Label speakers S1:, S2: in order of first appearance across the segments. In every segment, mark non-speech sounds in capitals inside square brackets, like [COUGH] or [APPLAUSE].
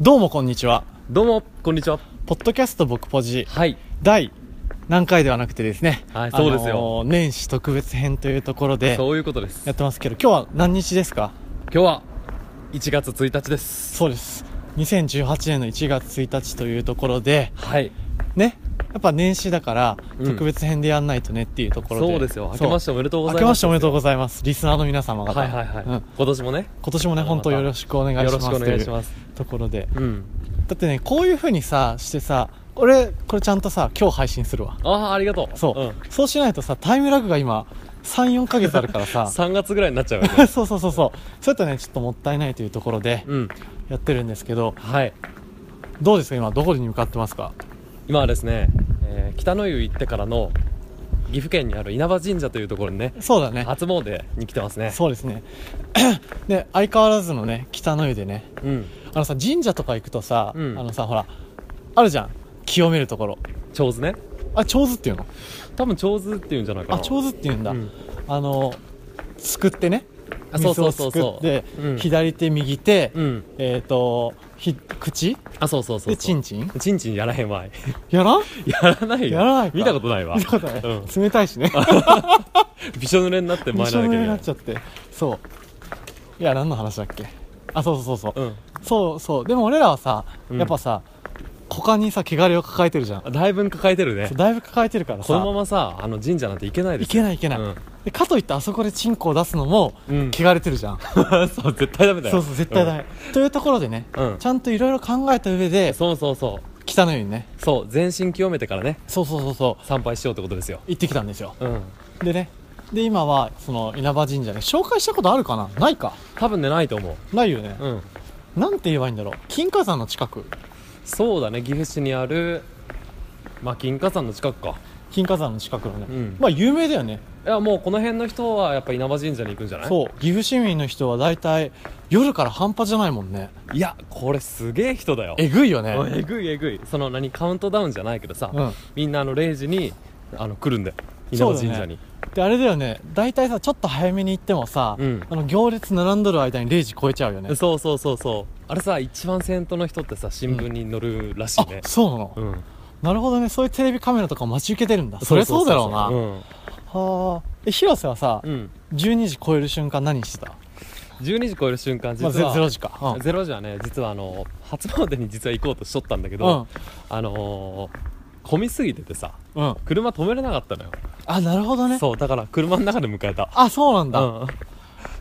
S1: どうもこんにちは。
S2: どうも、こんにちは。
S1: ポッドキャスト僕ポジ
S2: はい。
S1: 第何回ではなくてですね。
S2: はいそうですよ
S1: あのー年始特別編というところで
S2: そういうことです。
S1: やっ
S2: 今
S1: てますけど、今日は何日ですか
S2: 日は1月1日です。
S1: そうです。2018年の1月1日というところで、
S2: はい。
S1: ね。やっぱ年始だから
S2: うん
S1: 特別編でやんないとねっていうところで。
S2: そうですよ。明
S1: そう
S2: けましておめでとうございます。
S1: 明けましておめでとうございます。リスナーの皆様方。
S2: はいはいはい。
S1: うん
S2: 今年もね、
S1: 今年もね、本当よろしくお願いしま
S2: よ
S1: す。。
S2: ろしくお願いしますす。
S1: ところで。
S2: うん。
S1: だってね、こういう風にさ、してさ、俺、これちゃんとさ、今日配信するわ。
S2: ああ、ありがとう。
S1: そう、
S2: ん。
S1: そうしないとさタイムラグが今34ヶ月あるから
S2: [LAUGHS]
S1: さ。
S2: 3月ぐらいになっちゃうよね
S1: そうそうそうそうそれとねちょっともったいないというところで
S2: うん。
S1: やってるんですけど
S2: はい。
S1: どうですか今どこに向かってますか
S2: 今はですね、えー北の湯行ってからの岐阜県にある稲葉神社というところにね、
S1: そうだね
S2: 初詣に来てますね。
S1: そうですね [CLEARS THROAT] で相変わらずのね北の湯でね
S2: うん。
S1: あのさ神社とか行くとさ、
S2: うん
S1: あのさほらあるじゃん清めるところ
S2: 長図ね。
S1: あ手水っていうの
S2: 多分長図っていうんじゃないかな。
S1: あ手水っていうんだ、
S2: うん
S1: あのすくってね
S2: あそ
S1: 水
S2: うそ
S1: を
S2: う
S1: す
S2: そう
S1: く
S2: そ
S1: っ
S2: う
S1: て、
S2: うん
S1: 左手右手、
S2: うん。
S1: えっ、とひ口
S2: あ、そうそうそうそう。
S1: でチンチン
S2: チンチンやらへんわい。
S1: やらん
S2: やらないよ。
S1: やらないか
S2: 見たことないわ。
S1: 見たことない
S2: うん。
S1: 冷たいしね
S2: びしょ濡れになって
S1: び
S2: 前
S1: しょ
S2: な
S1: 濡
S2: だけ
S1: れ
S2: で
S1: になっちゃってそういや何の話だっけあそうそうそうそう、
S2: うん
S1: そうそうでも俺らはさ
S2: うん
S1: やっぱさ、他にさ汚れを抱えてるじゃん、
S2: あだいぶん抱えてるね
S1: そうだいぶ抱えてるからさ
S2: このままさあの神社なんて行けないで
S1: い
S2: す
S1: け
S2: よ
S1: ないいけない、
S2: うん
S1: でかといってあそこでチンコを出すのも、
S2: うん
S1: 汚れてるじゃん
S2: そう絶対ダメだ
S1: そう
S2: よ
S1: そう絶対だ
S2: メ、
S1: め、というところでね、
S2: うん
S1: ちゃんといろいろ考えた上で
S2: そうそうそう
S1: 汚いようにね
S2: そう全身清めてからね
S1: そうそうそうそう
S2: 参拝しようってことですよ
S1: 行ってきたんですよ
S2: うん
S1: でねで今はその稲葉神社で紹介したことあるかなないか
S2: 多分ねないと思う
S1: ないよね、
S2: うん
S1: なんて言えばいいんだろう金華山の近く
S2: そうだね岐阜市にあるまあ金華山の近くか
S1: 金華山の近くのね、
S2: うん
S1: まあ有名だよね、
S2: いやもうこの辺の人はやっぱ稲葉神社に行くんじゃない
S1: そう岐阜市民の人は大体夜から半端じゃないもんね
S2: いやこれすげえ人だよ
S1: えぐいよね
S2: うんえぐいえぐいその何カウントダウンじゃないけどさ、
S1: うん
S2: みんなあの0時にあの来るんだよ稲
S1: そ
S2: 葉
S1: うだね
S2: 神社に
S1: であれだよね大体さちょっと早めに行ってもさ、
S2: うん
S1: あの行列並んどる間に0時超えちゃうよね
S2: そうそうそうそうあれさ一番先頭の人ってさ新聞に載るらし
S1: あ
S2: いね
S1: そうなの、
S2: うん、
S1: なるほどねそういうテレビカメラとか待ち受けてるんだそりゃそうだろうなはあえ広瀬はさ、
S2: うん、うん、
S1: 12時超える瞬間何してた、
S2: 12時超える瞬間実
S1: まあ、
S2: は、
S1: ゼ0時か、うん
S2: ゼロ時はね実はあの初詣に実は行こうとしとったんだけ
S1: う
S2: ど、
S1: ん
S2: あのー混みすぎててさ
S1: うん、
S2: 車止めれなかったのよ、
S1: あなるほどね
S2: そうだから車の中で迎えた
S1: あそうなんだ、
S2: うん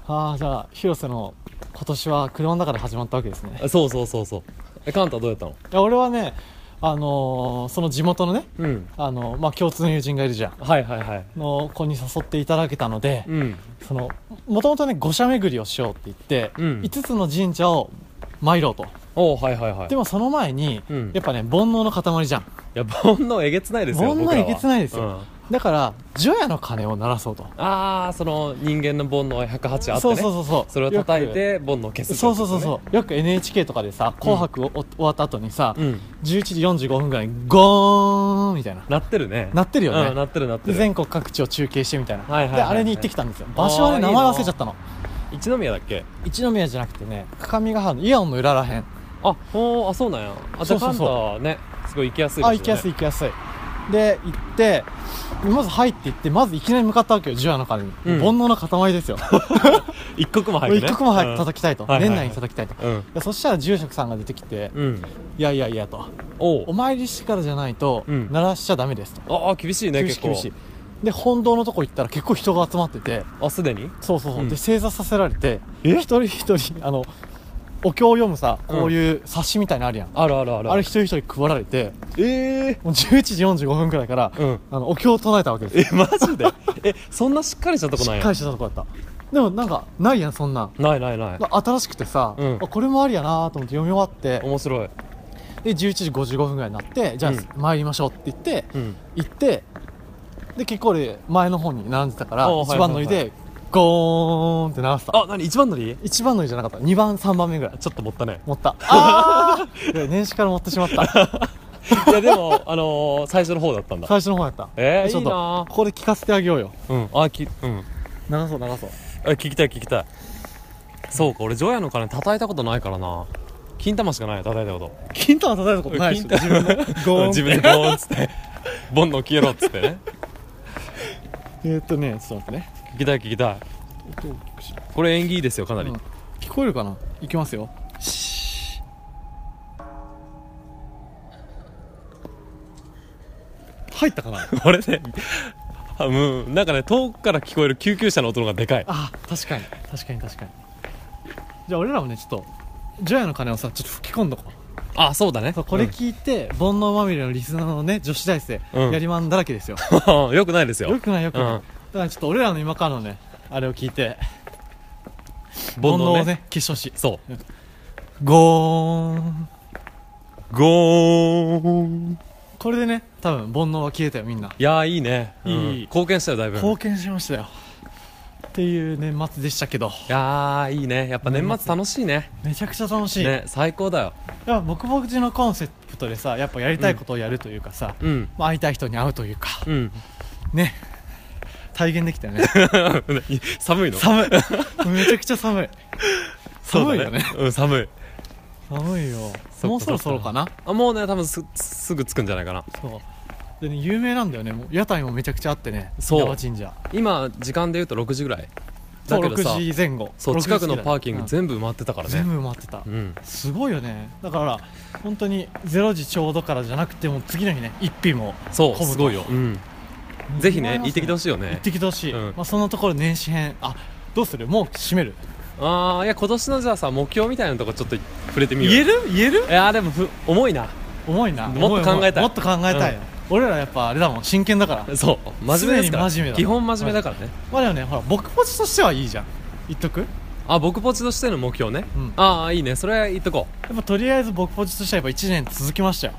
S1: ああじゃあ広瀬の今年は車の中で始まったわけですね
S2: そうそうそうそうえカンタどうやったの
S1: いや俺はねあのーその地元のね
S2: うん
S1: あのまあ共通の友人がいるじゃん
S2: はいはいはい
S1: の子に誘っていただけたので、
S2: うん
S1: そのもともとね五社巡りをしようって言って、
S2: うん
S1: 5つの神社を参ろうと
S2: おうはいはいはい
S1: でもその前に、
S2: うん
S1: やっぱね煩悩の塊じゃん
S2: いや煩悩えげつないですよ
S1: 煩悩
S2: 僕らは
S1: えげつないですよ
S2: うん
S1: だから除夜の鐘を鳴らそうと、
S2: ああその人間の煩悩108あってね
S1: そうそうそうそう
S2: それを叩いて煩悩を消すって
S1: そ
S2: や
S1: う
S2: つ
S1: そ
S2: で
S1: う
S2: す
S1: そ
S2: ね
S1: うそうよく NHK とかでさ「紅白」をお終わった後にさ、
S2: うん
S1: 11時45分ぐらいにゴーンみたいな
S2: なってるね
S1: なってるよね
S2: うんなってるなって
S1: で
S2: る
S1: 全国各地を中継してみたいな、
S2: はいはいはい
S1: で
S2: はい
S1: あれに行ってきたんですよ場所はね
S2: あ
S1: 名
S2: ー
S1: 前忘れちゃったの
S2: 一宮だっけ
S1: 一宮じゃなくてね各務原のイオンの裏らへん
S2: あほうあそうなんやあじ
S1: そ
S2: ゃ
S1: う
S2: あ
S1: そ
S2: カ
S1: う
S2: ン
S1: そ
S2: タ
S1: う
S2: はねすごい行きやすい
S1: あ行きやすい
S2: い
S1: 行きやすいで行ってまず入って行ってまずいきなり向かったわけよ除夜の鐘に、
S2: うん
S1: 煩悩の塊ですよ、
S2: 一刻も
S1: もう
S2: 早くね
S1: 一刻も早く叩きたいと、
S2: うんはいはい
S1: 年
S2: はい
S1: 内に叩きたいと、
S2: うん
S1: でそしたら住職さんが出てきて「
S2: うん
S1: いやいやいや」と
S2: お
S1: 「お
S2: う
S1: 参りしてからじゃないと
S2: うん
S1: 鳴らしちゃダメです」と、
S2: ああ厳しいね
S1: 厳し
S2: 結
S1: い
S2: 構
S1: 厳しいで本堂のとこ行ったら結構人が集まってて
S2: あすでに
S1: そうそうそう、
S2: うん
S1: で正座させられて
S2: え
S1: 一人一人あのお経を読むさこういう冊子みたいなのあるやん、
S2: あるあるある
S1: あれ一人一人配られて
S2: ええ
S1: もう11時45分くらいから、
S2: うん
S1: あのお経を唱えたわけです
S2: えマジでえそんなしっかりしたとこな
S1: し
S2: い
S1: っ
S2: や
S1: かりしてたとこだったでもなんかないやんそんなん
S2: ないないない
S1: 新しくてさ、
S2: うん
S1: あこれもありやなと思って読み終わって
S2: 面白い
S1: で11時55分ぐらいになってじゃあ、
S2: うん
S1: 参りましょうって言って、
S2: うん
S1: 行ってで結構俺前の方に並んでたから
S2: おう
S1: 一番乗り
S2: は
S1: でゴーンって鳴らした
S2: あ何一番乗り
S1: 一番乗りじゃなかった2番3番目ぐらい
S2: ちょっと持ったね
S1: 持った [LAUGHS] あーいや年始から持ってしま [LAUGHS] った
S2: いやでもあのー最初の方だったんだ
S1: 最初の方やった
S2: えー
S1: ちょっと
S2: いいな
S1: ここで聞かせてあげようよ
S2: うんあきうん
S1: 流そう流そう
S2: あ聞きたい聞きたいそうか俺除夜の鐘叩いたことないからな金玉しかないよ叩いたこと
S1: 金玉叩いたことないですよ自分の [LAUGHS] ゴーン
S2: 自分でゴーンっつって [LAUGHS] ボンド消えろっつってね
S1: えーっとねちょっと待ってね
S2: 聞きたい聞きたい
S1: 音を大きくし
S2: これ縁起いいですよかなり、
S1: うん聞こえるかな行きますよ入ったか [LAUGHS] な
S2: これねあうんなんかね遠くから聞こえる救急車の音の方がでかい
S1: あ確かに確かに確かにじゃあ俺らもねちょっと除夜の鐘をさちょっと吹き込んどこう
S2: あそうだね
S1: そうこれ聞いて、煩悩まみれのリスナーのね女子大生、
S2: うん
S1: やりまんだらけですよ
S2: [LAUGHS] よくないです
S1: よ
S2: よ
S1: くないよくない、
S2: うん
S1: だからちょっと俺らの今からのねあれを聞いて煩
S2: 煩
S1: 悩
S2: 悩
S1: を
S2: ね
S1: ね消してほし
S2: そ
S1: いゴーン
S2: うゴーン
S1: これでね多分煩悩は消えたよみんない
S2: やーいいね、うん
S1: いい
S2: 貢献したよだいぶ
S1: 貢献しましたよっていう年末でしたけど
S2: いやーいいねやっぱ年末楽しいね
S1: めちゃくちゃ楽しい,、
S2: ね最高だよ
S1: いや僕僕のコンセプトでさやっぱやりたいことをやるというかさ、
S2: うん
S1: まあ会いたい人に会うというか
S2: うん
S1: ね体現できたよね
S2: [LAUGHS] 寒いの
S1: 寒い
S2: [LAUGHS]
S1: めちゃくちゃ寒い
S2: そ
S1: 寒
S2: う
S1: い
S2: だ
S1: よね
S2: うん寒い
S1: 寒いよ
S2: か
S1: もうそろそろかな
S2: あもうね多分すすぐ着くんじゃないかな
S1: そうでね有名なんだよねもう屋台もめちゃくちゃあってね
S2: そう
S1: 稲葉神社
S2: 今時間で言うと6時ぐらい
S1: そ
S2: だ
S1: う
S2: けどさ
S1: 6時前後
S2: そう
S1: 6時過
S2: 近
S1: ぎだよ
S2: くのパーキング
S1: うん
S2: 全部埋まってたから
S1: 全
S2: ね
S1: 部埋まってた
S2: うん
S1: すごいよねだから本当に0時ちょうどからじゃなくてもう次の日ね一品も
S2: そう
S1: 混むと
S2: すごいようんぜひ
S1: 思
S2: ね
S1: います
S2: 行ってきてほしいよ
S1: 行っ
S2: ね
S1: てきてほしい、
S2: うん
S1: まあ、そのところ年始編あどうするもう閉める
S2: ああいや今年のじゃあさ目標みたいなとこちょっと触れてみよう
S1: 言える言える
S2: いやーでもふ重いな
S1: 重いな
S2: もっと
S1: 重
S2: 考えたい
S1: 重もっと考えたいよ、俺らやっぱあれだもん真剣だから
S2: そう真面目ですから
S1: 常に真面目だ
S2: 基本真面目だからね、
S1: まあでもねほら僕ポチとしてはいいじゃん言っとくや
S2: あ僕ポチとしての目標ね、
S1: うん
S2: ああいいねそれ言っとこ
S1: っぱとりあえず僕ポチとしてはやっぱ1年続きましたよ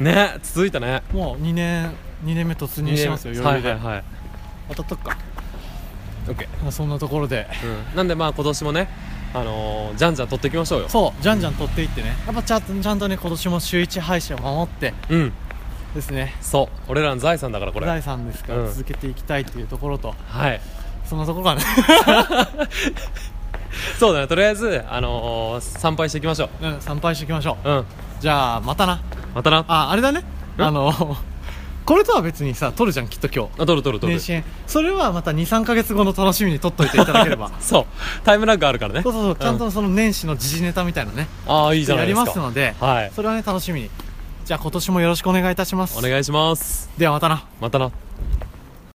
S2: うね続いたね
S1: もう2年2年目突入してますよ
S2: ね
S1: 余
S2: は
S1: 裕
S2: い
S1: で、
S2: はいはい
S1: 当たっとくか
S2: OK、
S1: まあそんなところで
S2: うん、なんでまあ今年もねあのー、じゃんじゃん取っていきましょうよ
S1: そうじゃんじゃん取っていってねやっぱちゃんとちゃんとね今年も週1配信を守って
S2: うん
S1: ですね
S2: そう俺らの財産だからこれ
S1: 第3ですか
S2: う
S1: ら
S2: ん
S1: 続けていきたいというところと、
S2: はい
S1: そんなと [LAUGHS] ころかね
S2: そうだねとりあえずあのー、参拝していきましょ
S1: うん参拝していきましょう
S2: ううん
S1: じゃあまたな
S2: またなあ
S1: ああれだねあの [LAUGHS] これとは別にさ撮るじゃんきっと今日
S2: 取る取る取
S1: 年
S2: る
S1: 始編それはまた23か月後の楽しみに撮っといていただけれ
S2: [LAUGHS]
S1: ば
S2: そうタイムラグあるからね
S1: そうそうそうちゃんとその年始の時事ネタみたいなね
S2: ああいいじゃな
S1: や
S2: いで
S1: り
S2: すか
S1: ますので、
S2: はい
S1: それはね楽しみにじゃあ今年もよろしくお願いいたします
S2: お願いします
S1: ではまたな
S2: またな